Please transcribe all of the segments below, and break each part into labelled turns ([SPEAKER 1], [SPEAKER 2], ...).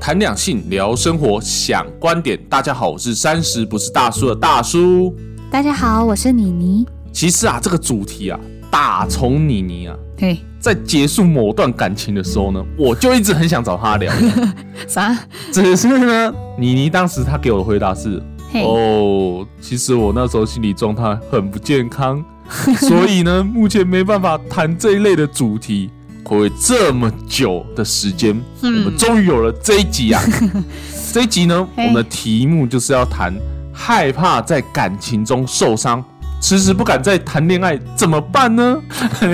[SPEAKER 1] 谈两性，聊生活，想观点。大家好，我是三十不是大叔的大叔。
[SPEAKER 2] 大家好，我是妮妮。
[SPEAKER 1] 其实啊，这个主题啊，打从妮妮啊，
[SPEAKER 2] 嘿，
[SPEAKER 1] 在结束某段感情的时候呢，我就一直很想找她聊，
[SPEAKER 2] 啥？
[SPEAKER 1] 只是呢，妮妮当时她给我的回答是：
[SPEAKER 2] 嘿，
[SPEAKER 1] 哦，其实我那时候心理状态很不健 康，所以呢，目前没办法谈这一类的主题。过了这么久的时间，
[SPEAKER 2] 嗯
[SPEAKER 1] 我们终于有了这一集 啊！这一集呢，我
[SPEAKER 2] 嘿
[SPEAKER 1] 们的题目就是要谈害怕在感情中受伤，迟迟不敢再谈恋爱，怎么办 呢？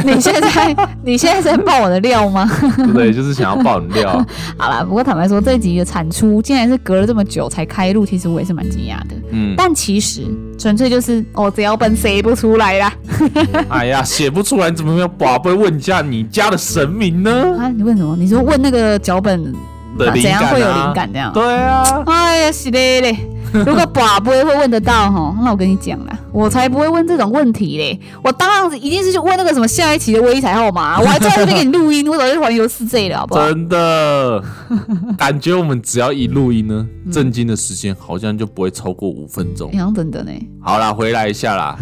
[SPEAKER 2] 你现在你现在在爆我的料 吗？
[SPEAKER 1] 对不对？就是想要爆你料啊。
[SPEAKER 2] 好啦，不过坦白说，这一集的产出竟然是隔了这么久才开录，其实我也是蛮惊讶的。
[SPEAKER 1] 嗯，
[SPEAKER 2] 但其实纯粹就是哦，只要本谁不出来啦。
[SPEAKER 1] 哎呀，写不出来怎么样？宝贝，问一下你家的神明呢？
[SPEAKER 2] 啊，你问什么？你说问那个脚本、
[SPEAKER 1] 的
[SPEAKER 2] 啊
[SPEAKER 1] 灵
[SPEAKER 2] 怎样
[SPEAKER 1] 感
[SPEAKER 2] 会有
[SPEAKER 1] 啊
[SPEAKER 2] 灵感这样？
[SPEAKER 1] 对啊，
[SPEAKER 2] 哎呀，是嘞嘞。如果爸不会问得到哈，那我跟你讲啦，我才不会问这种问题嘞。我当然是一定是去问那个什么下一期的微彩号码，我还坐在这边给你录音，我早就环游世界了，好不好？
[SPEAKER 1] 真的，感觉我们只要一录音呢，
[SPEAKER 2] 嗯
[SPEAKER 1] 震惊的时间好像就不会超过五分钟
[SPEAKER 2] 好。像真的呢，
[SPEAKER 1] 好啦，回来一下 啦。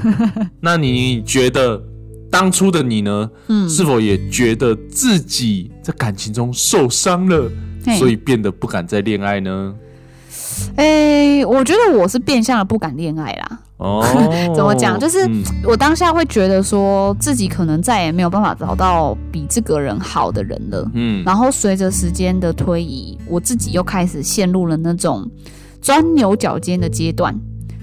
[SPEAKER 1] 那你觉得当初的你呢，
[SPEAKER 2] 嗯，
[SPEAKER 1] 是否也觉得自己在感情中受伤了，
[SPEAKER 2] 嘿
[SPEAKER 1] 所以变得不敢再恋爱呢？
[SPEAKER 2] 哎、我觉得我是变相的不敢恋爱啦。，
[SPEAKER 1] 哦
[SPEAKER 2] 怎么讲就是
[SPEAKER 1] 嗯
[SPEAKER 2] 我当下会觉得说自己可能再也没有办法找到比这个人好的人了。
[SPEAKER 1] 嗯
[SPEAKER 2] 然后随着时间的推移，我自己又开始陷入了那种钻牛角尖的阶段，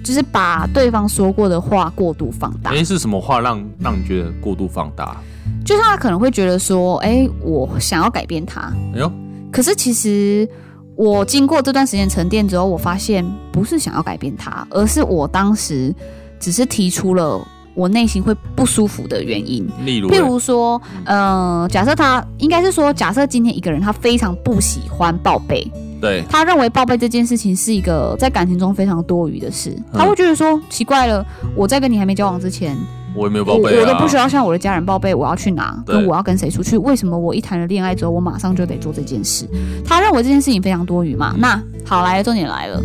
[SPEAKER 2] 就是把对方说过的话过度放大。
[SPEAKER 1] 诶，是什么话让让你觉得过度放大？
[SPEAKER 2] 就是他可能会觉得说，哎，我想要改变他，
[SPEAKER 1] 哎呦，
[SPEAKER 2] 可是其实我经过这段时间沉淀之后，我发现不是想要改变他，而是我当时只是提出了我内心会不舒服的原因。
[SPEAKER 1] 例如，
[SPEAKER 2] 譬如说，嗯、假设他应该是说，假设今天一个人他非常不喜欢报备，
[SPEAKER 1] 对，
[SPEAKER 2] 他认为报备这件事情是一个在感情中非常多余的事，他会觉得说奇怪了，我在跟你还没交往之前，
[SPEAKER 1] 我也没有
[SPEAKER 2] 我
[SPEAKER 1] 报备啊，
[SPEAKER 2] 我都不需要向我的家人报备我要去哪，
[SPEAKER 1] 对
[SPEAKER 2] 跟我要跟谁出去，为什么我一谈了恋爱之后，我马上就得做这件事？他认为这件事情非常多余
[SPEAKER 1] 嗯
[SPEAKER 2] 嘛？那好来了，重点来了。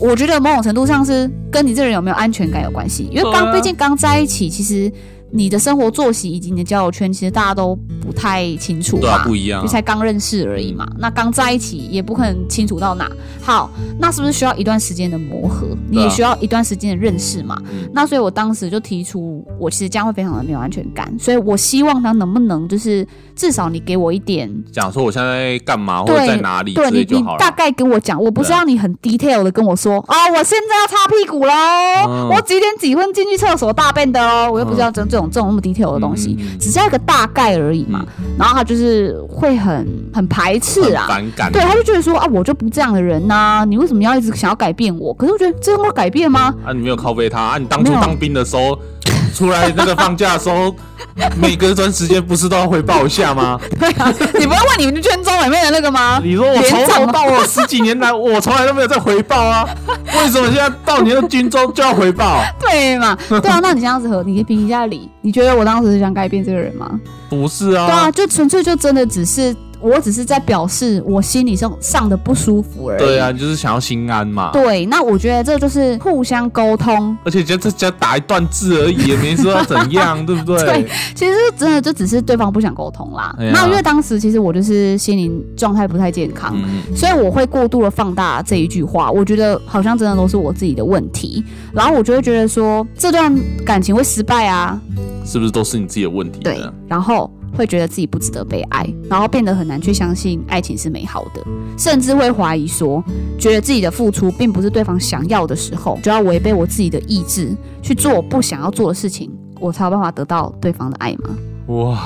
[SPEAKER 2] 我觉得某种程度上是跟你这人有没有安全感有关系，因为
[SPEAKER 1] 对
[SPEAKER 2] 刚
[SPEAKER 1] 啊
[SPEAKER 2] 毕竟刚在一起，其实你的生活作息以及你的交友圈，其实大家都不太清楚
[SPEAKER 1] 对啊，
[SPEAKER 2] 嘛。
[SPEAKER 1] 不一样
[SPEAKER 2] 就
[SPEAKER 1] 啊、嗯
[SPEAKER 2] 才刚认识而已嘛，那刚在一起也不可能清楚到哪。好，那是不是需要一段时间的磨合？你也需要一段时间的认识嘛？
[SPEAKER 1] 啊嗯
[SPEAKER 2] 那所以我当时就提出，我其实这样会非常的没有安全感，所以我希望他能不能就是至少你给我一点，
[SPEAKER 1] 讲说我现在干嘛或
[SPEAKER 2] 对
[SPEAKER 1] 者在哪里
[SPEAKER 2] 对
[SPEAKER 1] 之
[SPEAKER 2] 你
[SPEAKER 1] 类就
[SPEAKER 2] 你
[SPEAKER 1] 好
[SPEAKER 2] 大
[SPEAKER 1] 了。
[SPEAKER 2] 概跟我讲，我不是
[SPEAKER 1] 对啊
[SPEAKER 2] 让你很 detail 的跟我说啊、我现在要擦屁股喽，
[SPEAKER 1] 嗯
[SPEAKER 2] 我几点几分进去厕所大便的哦，我又不是要这这种这种那么 detail 的东西。
[SPEAKER 1] 嗯嗯嗯
[SPEAKER 2] 只是要一个大概而已嘛，然后他就是会很很排斥
[SPEAKER 1] 很
[SPEAKER 2] 啊，
[SPEAKER 1] 反感，
[SPEAKER 2] 对，他就觉得说啊，我就不这样的人呐、你为什么要一直想要改变我？可是我觉得这会改变吗？
[SPEAKER 1] 啊，你没有靠背他啊，你当初
[SPEAKER 2] 没有
[SPEAKER 1] 当兵的时候，出来那个放假的时候，每隔一段时间不是都要汇报一下吗？
[SPEAKER 2] 对啊，你不要问你们圈中里面的那个 吗？
[SPEAKER 1] 你说我从
[SPEAKER 2] 连
[SPEAKER 1] 头
[SPEAKER 2] 长啊
[SPEAKER 1] 到我十几年来，我从来都没有在回报 啊，为什么现在到你的军中就要回报？
[SPEAKER 2] 对嘛？对啊，那你这样子和你评一下理，你觉得我当时是想改变这个人吗？
[SPEAKER 1] 不是
[SPEAKER 2] 对啊，
[SPEAKER 1] 啊，
[SPEAKER 2] 就纯粹就真的只是我只是在表示我心理上上的不舒服而已。
[SPEAKER 1] 对啊，你就是想要心安嘛。
[SPEAKER 2] 对，那我觉得这就是互相沟通，
[SPEAKER 1] 而且就这家打一段字而已，也没说要怎 样，对不对
[SPEAKER 2] 对？啊其实真的就只是对方不想沟通啦。
[SPEAKER 1] 哎呀
[SPEAKER 2] 那因为当时其实我就是心灵状态不太健康，
[SPEAKER 1] 嗯，
[SPEAKER 2] 所以我会过度的放大这一句话，我觉得好像真的都是我自己的问题，然后我就会觉得说这段感情会失败啊，
[SPEAKER 1] 嗯是不是都是你自己的问题？
[SPEAKER 2] 对，然后会觉得自己不值得被爱，然后变得很难去相信爱情是美好的，甚至会怀疑说，觉得自己的付出并不是对方想要的时候，就要违背我自己的意志去做我不想要做的事情，我才有办法得到对方的爱嘛。
[SPEAKER 1] 哇，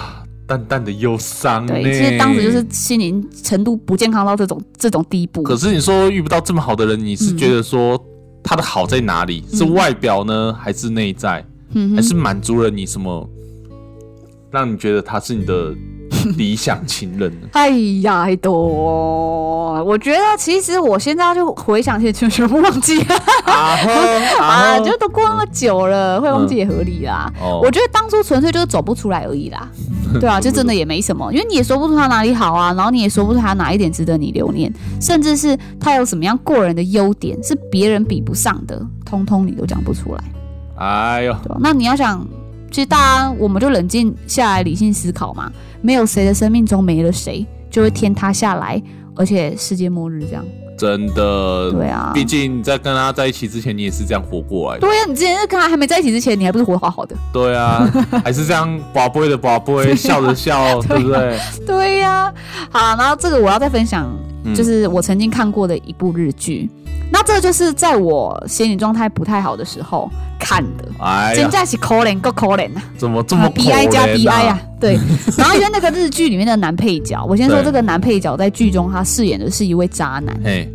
[SPEAKER 1] 淡淡的忧伤呢。
[SPEAKER 2] 对，其实当时就是心灵程度不健康到这种这种地步。
[SPEAKER 1] 可是你说遇不到这么好的人，你是觉得说他的好在哪里？是外表呢，还是内在，
[SPEAKER 2] 嗯
[SPEAKER 1] 还
[SPEAKER 2] 哼
[SPEAKER 1] 是满足了你什么，让你觉得他是你的理想情人 呢？
[SPEAKER 2] 哎呀，哎多！我觉得其实我现在就回想起全全部忘记了
[SPEAKER 1] 啊呵
[SPEAKER 2] 啊，
[SPEAKER 1] 啊呵
[SPEAKER 2] 就都过那么久了，会忘记也合理啦。啊
[SPEAKER 1] 哦
[SPEAKER 2] 我觉得当初纯粹就是走不出来而已啦，对啊，就真的也没什么，因为你也说不出他哪里好啊，然后你也说不出他哪一点值得你留念，甚至是他有什么样过人的优点是别人比不上的，通通你都讲不出来，
[SPEAKER 1] 哎呦，
[SPEAKER 2] 对吧、那你要想，其实大家我们就冷静下来，理性思考嘛，没有谁的生命中没了谁，就会天塌下来，而且世界末日这样，
[SPEAKER 1] 真的，
[SPEAKER 2] 对啊。
[SPEAKER 1] 毕竟你在跟他在一起之前，你也是这样活过来的。
[SPEAKER 2] 对呀、你之前是跟他还没在一起之前，你还不是活得好好的？
[SPEAKER 1] 对 啊，还是这样宝贝的宝贝，笑着笑，对不对？
[SPEAKER 2] 啊对啊呀、好，然后这个我要再分享
[SPEAKER 1] 嗯
[SPEAKER 2] 就是我曾经看过的一部日剧。那这就是在我心理状态不太好的时候看的，
[SPEAKER 1] 哎呀
[SPEAKER 2] 真，假是可怜够可怜啊呐，
[SPEAKER 1] 怎么这么可
[SPEAKER 2] 比哀
[SPEAKER 1] 怜
[SPEAKER 2] 加比哀
[SPEAKER 1] 啊
[SPEAKER 2] 啊！ 对，然后因为那个日剧里面的男配角，我先说
[SPEAKER 1] 对
[SPEAKER 2] 这个男配角在剧中他饰演的是一位渣男，
[SPEAKER 1] 嘿，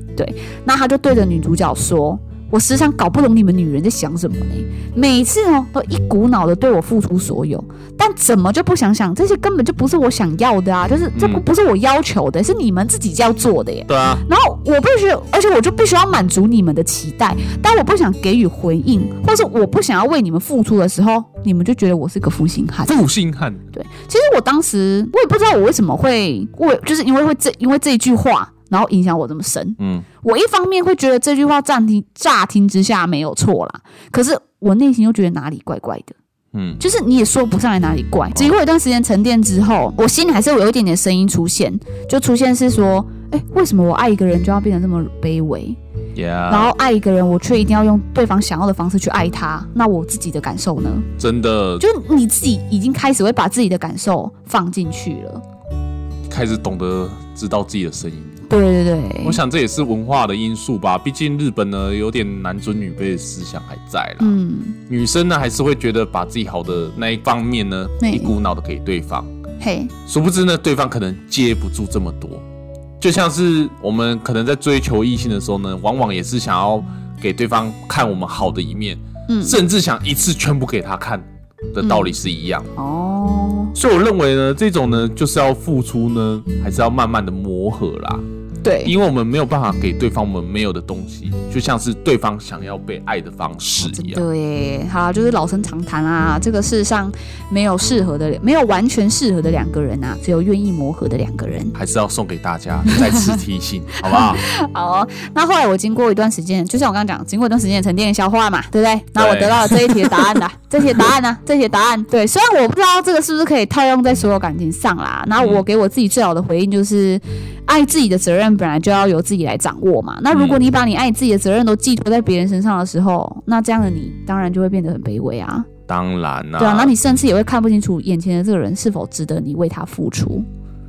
[SPEAKER 2] 那他就对着女主角说：“我时常搞不懂你们女人在想什么呢，每次哦都一股脑的对我付出所有，但怎么就不想想这些根本就不是我想要的啊，就是这不
[SPEAKER 1] 嗯
[SPEAKER 2] 不是我要求的，是你们自己要做的耶。”
[SPEAKER 1] 对啊，
[SPEAKER 2] 然后我必须，而且我就必须要满足你们的期待，但我不想给予回应，或是我不想要为你们付出的时候，你们就觉得我是个负心汉。
[SPEAKER 1] 负心汉，
[SPEAKER 2] 对，其实我当时我也不知道我为什么会，我就是因为会这因为这一句话，然后影响我这么深。
[SPEAKER 1] 嗯，
[SPEAKER 2] 我一方面会觉得这句话乍听乍听之下没有错啦，可是我内心又觉得哪里怪怪的，
[SPEAKER 1] 嗯，
[SPEAKER 2] 就是你也说不上来哪里怪。经过一段时间沉淀之后，我心里还是有一点点声音出现，就出现是说，哎，为什么我爱一个人就要变得这么卑微？然
[SPEAKER 1] 呀，
[SPEAKER 2] 后爱一个人，我却一定要用对方想要的方式去爱他，那我自己的感受呢？
[SPEAKER 1] 真的
[SPEAKER 2] 就是你自己已经开始会把自己的感受放进去了。
[SPEAKER 1] 开始懂得知道自己的声音。
[SPEAKER 2] 对对对，
[SPEAKER 1] 我想这也是文化的因素吧，毕竟日本呢有点男尊女卑的思想还在啦。
[SPEAKER 2] 嗯，
[SPEAKER 1] 女生呢还是会觉得把自己好的那一方面呢
[SPEAKER 2] 对
[SPEAKER 1] 一股脑的给对方，
[SPEAKER 2] 嘿，
[SPEAKER 1] 殊不知呢对方可能接不住这么多。就像是我们可能在追求异性的时候呢，往往也是想要给对方看我们好的一面，
[SPEAKER 2] 嗯，
[SPEAKER 1] 甚至想一次全部给他看的道理是一样的。
[SPEAKER 2] 哦，
[SPEAKER 1] 所以我认为呢，这种呢就是要付出呢，还是要慢慢的磨合啦，
[SPEAKER 2] 对，
[SPEAKER 1] 因为我们没有办法给对方我们没有的东西，就像是对方想要被爱的方式
[SPEAKER 2] 哦真
[SPEAKER 1] 一样。嗯
[SPEAKER 2] 的耶，好啦，就是老生常谈啊，这个世上没有适合的，没有完全适合的两个人啊，只有愿意磨合的两个人。
[SPEAKER 1] 还是要送给大家，再次提醒，好不好？
[SPEAKER 2] 好哦、那后来我经过一段时间，就像我刚刚讲，经过一段时间的沉淀消化嘛，对不对？那我得到了这一题的答 案啦，这题的答案呢、这题的答案，对，虽然我不知道这个是不是可以套用在所有感情上
[SPEAKER 1] 嗯
[SPEAKER 2] 啦，那我给我自己最好的回应就是。爱自己的责任本来就要由自己来掌握嘛。那如
[SPEAKER 1] 嗯
[SPEAKER 2] 果你把你爱自己的责任都寄托在别人身上的时候，那这样的你当然就会变得很卑微啊。
[SPEAKER 1] 当然啦、
[SPEAKER 2] 对啊，那你甚至也会看不清楚眼前的这个人是否值得你为他付出，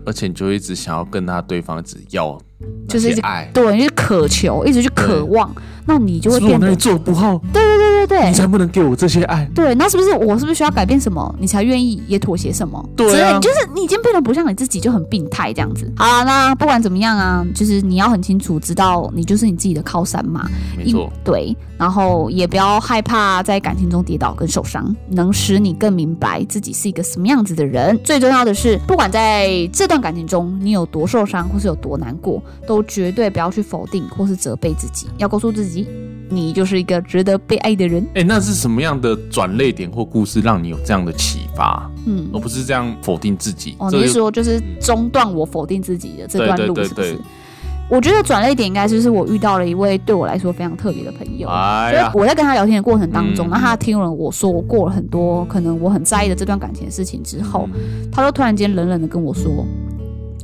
[SPEAKER 1] 而且你就一直想要跟他对方只要那
[SPEAKER 2] 就是一
[SPEAKER 1] 些
[SPEAKER 2] 直
[SPEAKER 1] 爱，
[SPEAKER 2] 对，就是渴求，一直去渴望，那你就会
[SPEAKER 1] 是不是我
[SPEAKER 2] 变
[SPEAKER 1] 那
[SPEAKER 2] 得哎
[SPEAKER 1] 里做得不好，
[SPEAKER 2] 对对对
[SPEAKER 1] 你才不能给我这些爱。
[SPEAKER 2] 对，那是不是我是不是需要改变什么，你才愿意也妥协什么？
[SPEAKER 1] 对啊
[SPEAKER 2] 之类就是你已经变得不像你自己，就很病态这样子。好啦，那不管怎么样啊，就是你要很清楚知道你就是你自己的靠山嘛，
[SPEAKER 1] 没错，
[SPEAKER 2] 对，然后也不要害怕在感情中跌倒跟受伤，能使你更明白自己是一个什么样子的人。最重要的是，不管在这段感情中你有多受伤或是有多难过，都绝对不要去否定或是责备自己，要告诉自己，你就是一个值得被爱的人。
[SPEAKER 1] 哎、那是什么样的转泪点或故事让你有这样的启发，
[SPEAKER 2] 嗯
[SPEAKER 1] 而。不是这样否定自己？
[SPEAKER 2] 哦，
[SPEAKER 1] 这
[SPEAKER 2] 你是
[SPEAKER 1] 就
[SPEAKER 2] 说就是中断我否定自己的这段
[SPEAKER 1] 对对
[SPEAKER 2] 路，
[SPEAKER 1] 对
[SPEAKER 2] 是不是
[SPEAKER 1] 对？
[SPEAKER 2] 我觉得转捩点应该就是我遇到了一位对我来说非常特别的朋友，
[SPEAKER 1] 哎
[SPEAKER 2] 所以
[SPEAKER 1] 呀，
[SPEAKER 2] 我在跟他聊天的过程当中，
[SPEAKER 1] 嗯
[SPEAKER 2] 那他听了我说过了很多可能我很在意的这段感情的事情之
[SPEAKER 1] 嗯
[SPEAKER 2] 后，他就突然间冷冷的跟我说：“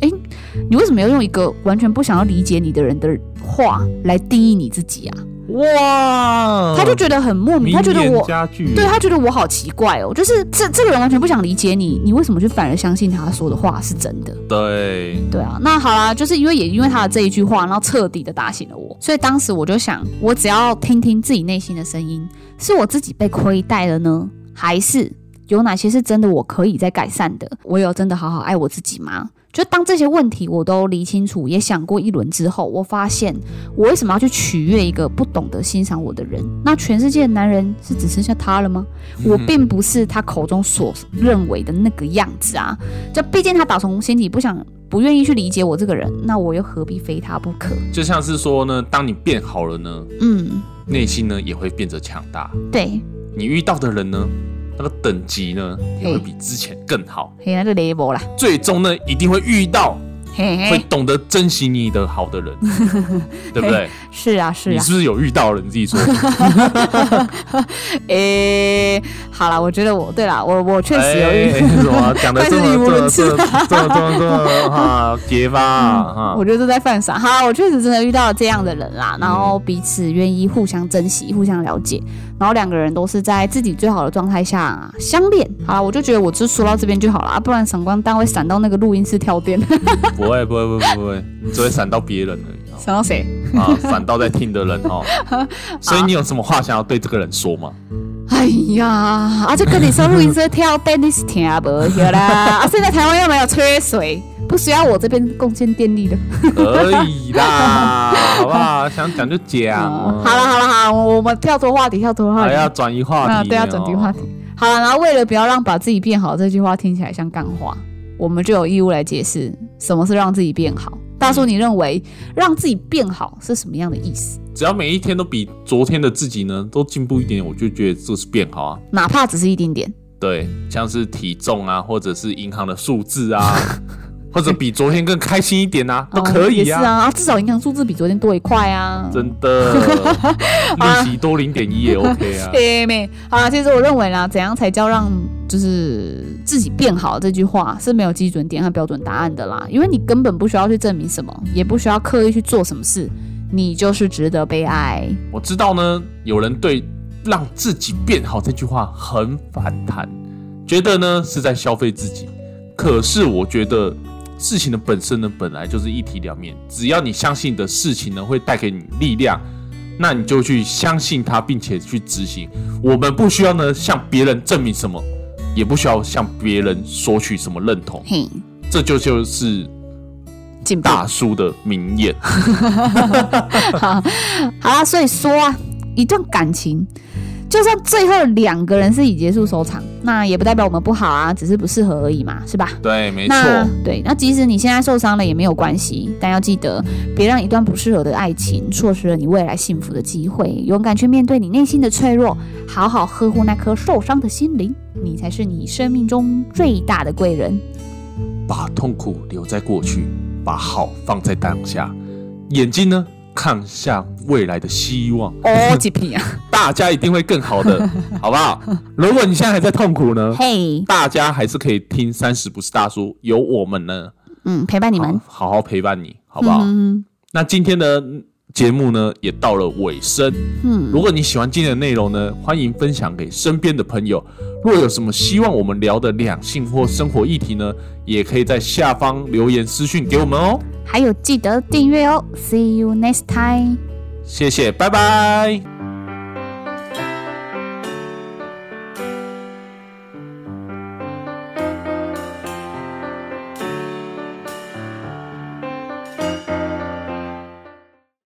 [SPEAKER 2] 哎、你为什么要用一个完全不想要理解你的人的话来定义你自己啊？”
[SPEAKER 1] 哇，
[SPEAKER 2] 他就觉得很莫名，他觉得
[SPEAKER 1] 嗯名言
[SPEAKER 2] 我。
[SPEAKER 1] 佳句
[SPEAKER 2] 对他觉得我好奇怪哦，就是这这个人完全不想理解你，你为什么就反而相信他说的话是真的？
[SPEAKER 1] 对，
[SPEAKER 2] 对啊，那好啦，就是因为也因为他的这一句话，然后彻底的打醒了我，所以当时我就想，我只要听听自己内心的声音，是我自己被亏待了呢，还是有哪些是真的我可以再改善的？我有真的好好爱我自己吗？就当这些问题我都理清楚，也想过一轮之后，我发现我为什么要去取悦一个不懂得欣赏我的人？那全世界的男人是只剩下他了吗？我并不是他口中所认为的那个样子啊。这毕竟他打从心底不想、不愿意去理解我这个人，那我又何必非他不可？
[SPEAKER 1] 就像是说呢，当你变好了呢，
[SPEAKER 2] 嗯，
[SPEAKER 1] 内心呢也会变得强大。
[SPEAKER 2] 对，
[SPEAKER 1] 你遇到的人呢，那个等级呢也会比之前更好。
[SPEAKER 2] 嘿，那个 level 啦，
[SPEAKER 1] 最终呢，一定会遇到
[SPEAKER 2] 嘿
[SPEAKER 1] 会
[SPEAKER 2] 嘿，
[SPEAKER 1] 懂得珍惜你的好 的人，对不对？
[SPEAKER 2] 是啊是
[SPEAKER 1] 你
[SPEAKER 2] 啊，
[SPEAKER 1] 是不是有遇到了？你自己说。 哎
[SPEAKER 2] 诶、好啦，我觉得我对啦，我我确实有遇，
[SPEAKER 1] 哎什么讲的这么
[SPEAKER 2] 但是语无伦次
[SPEAKER 1] 这么这么这么这么哈结巴哈
[SPEAKER 2] 我，觉得都在犯傻。好，我确实真的遇到这样的人啦，然后彼此愿意互相珍惜、互相了解，然后两个人都是在自己最好的状态下、相恋。好啦，我就觉得我只说到这边就好了，啊不然闪光弹会闪到那个录音室跳电，
[SPEAKER 1] 不会不会不会不会，你只会闪到别人而已。
[SPEAKER 2] 闪到谁？
[SPEAKER 1] 啊，反倒在听的人 哦。所以你有什么话想要对这个人说吗？
[SPEAKER 2] 哎呀，啊，这跟你说录音师跳电你是听不到啦。 啊，现在台湾又没有缺水，不需要我这边贡献电力的。
[SPEAKER 1] 可以啦，好不好？想讲就讲
[SPEAKER 2] 哦。好了好了好了，我我们跳脱话题，跳脱话
[SPEAKER 1] 还
[SPEAKER 2] 题。
[SPEAKER 1] 要转移哎话题
[SPEAKER 2] 啊
[SPEAKER 1] 呢。哦
[SPEAKER 2] 对啊转移话题好了，然后为了不要让把自己变好这句话听起来像干话，我们就有义务来解释什么是让自己变好。大叔，你认为让自己变好是什么样的意思？
[SPEAKER 1] 只要每一天都比昨天的自己呢都进步一点，我就觉得这是变好啊。
[SPEAKER 2] 哪怕只是一丁点，
[SPEAKER 1] 对，像是体重啊，或者是银行的数字 啊，或者比昨天更开心一点啊，都可
[SPEAKER 2] 哦也
[SPEAKER 1] 以
[SPEAKER 2] 是
[SPEAKER 1] 啊。
[SPEAKER 2] 啊，啊至少银行数字比昨天多一块啊。
[SPEAKER 1] 真 的，利息多零点一也 OK 啊。
[SPEAKER 2] 对没好啦，其实我认为啦，怎样才叫让就是自己变好这句话是没有基准点和标准答案的啦，因为你根本不需要去证明什么，也不需要刻意去做什么事，你就是值得被爱。
[SPEAKER 1] 我知道呢，有人对“让自己变好”这句话很反弹，觉得呢是在消费自己。可是我觉得事情的本身呢，本来就是一体两面。只要你相信你的事情呢会带给你力量，那你就去相信它，并且去执行。我们不需要呢向别人证明什么，也不需要向别人索取什么认同。
[SPEAKER 2] 嘿，
[SPEAKER 1] 这就就是
[SPEAKER 2] 进步。
[SPEAKER 1] 大叔的名言。
[SPEAKER 2] 好啦，所以说啊，一段感情，就算最后两个人是以结束收场，那也不代表我们不好啊，只是不适合而已嘛，是吧？
[SPEAKER 1] 对，没错。
[SPEAKER 2] 那对，那即使你现在受伤了也没有关系，但要记得，别让一段不适合的爱情错失了你未来幸福的机会。勇敢去面对你内心的脆弱，好好呵护那颗受伤的心灵，你才是你生命中最大的贵人。
[SPEAKER 1] 把痛苦留在过去，把好放在当下，眼睛呢看向未来的希望，
[SPEAKER 2] 哦，几屁啊！
[SPEAKER 1] 大家一定会更好的，好不好？如果你现在还在痛苦呢，
[SPEAKER 2] 嘿，
[SPEAKER 1] 大家还是可以听三十不是大叔，有我们呢，
[SPEAKER 2] 嗯，陪伴你们，
[SPEAKER 1] 好好好陪伴你，好不好？
[SPEAKER 2] 嗯
[SPEAKER 1] 那今天的节目呢也到了尾声，
[SPEAKER 2] 嗯，
[SPEAKER 1] 如果你喜欢今天的内容呢，欢迎分享给身边的朋友。若有什么希望我们聊的两性或生活议题呢，也可以在下方留言私讯给我们哦。
[SPEAKER 2] 还有记得订阅哦。See you next time.
[SPEAKER 1] 谢谢，拜拜。